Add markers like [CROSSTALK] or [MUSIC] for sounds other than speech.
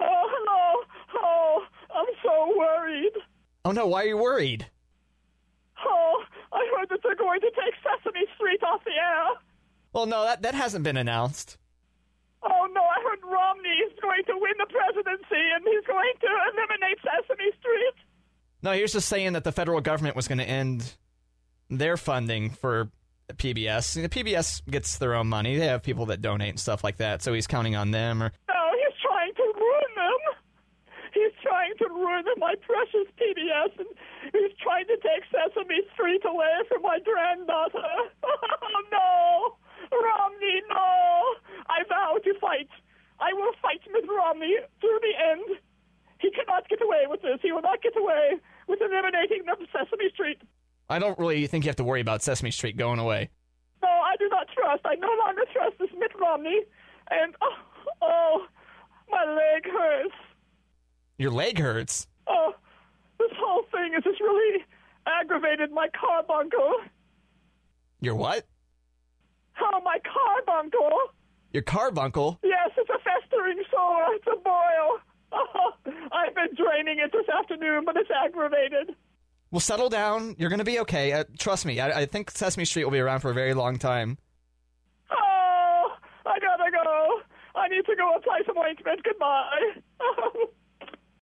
Oh, Oh no, why are you worried? Oh, I heard that they're going to take Sesame Street off the air. Well, no, that, that hasn't been announced. Oh no, I heard Romney is going to win the presidency and he's going to eliminate Sesame Street. No, he was just saying that the federal government was going to end their funding for PBS. You know, PBS gets their own money. They have people that donate and stuff like that. So he's counting on them. Or No, he's trying to ruin them. He's trying to ruin my precious PBS and he's trying to take Sesame Street away from my granddaughter. [LAUGHS] Oh no! Romney, no! I vow to fight. I will fight Miss Romney to the end. He cannot get away with this. He will not get away with eliminating them Sesame Street. I don't really think you have to worry about Sesame Street going away. No, I do not trust. I no longer trust this Mitt Romney. And oh, oh my leg hurts. Your leg hurts. Oh, this whole thing has just really aggravated my carbuncle. Your what? Oh, my carbuncle. Your carbuncle. Yes, it's a festering sore. It's a boil. Oh, I've been draining it this afternoon, but it's aggravated. Well, settle down. You're going to be okay. Uh, trust me. I, I think Sesame Street will be around for a very long time. Oh, I gotta go. I need to go apply some ointment. Goodbye.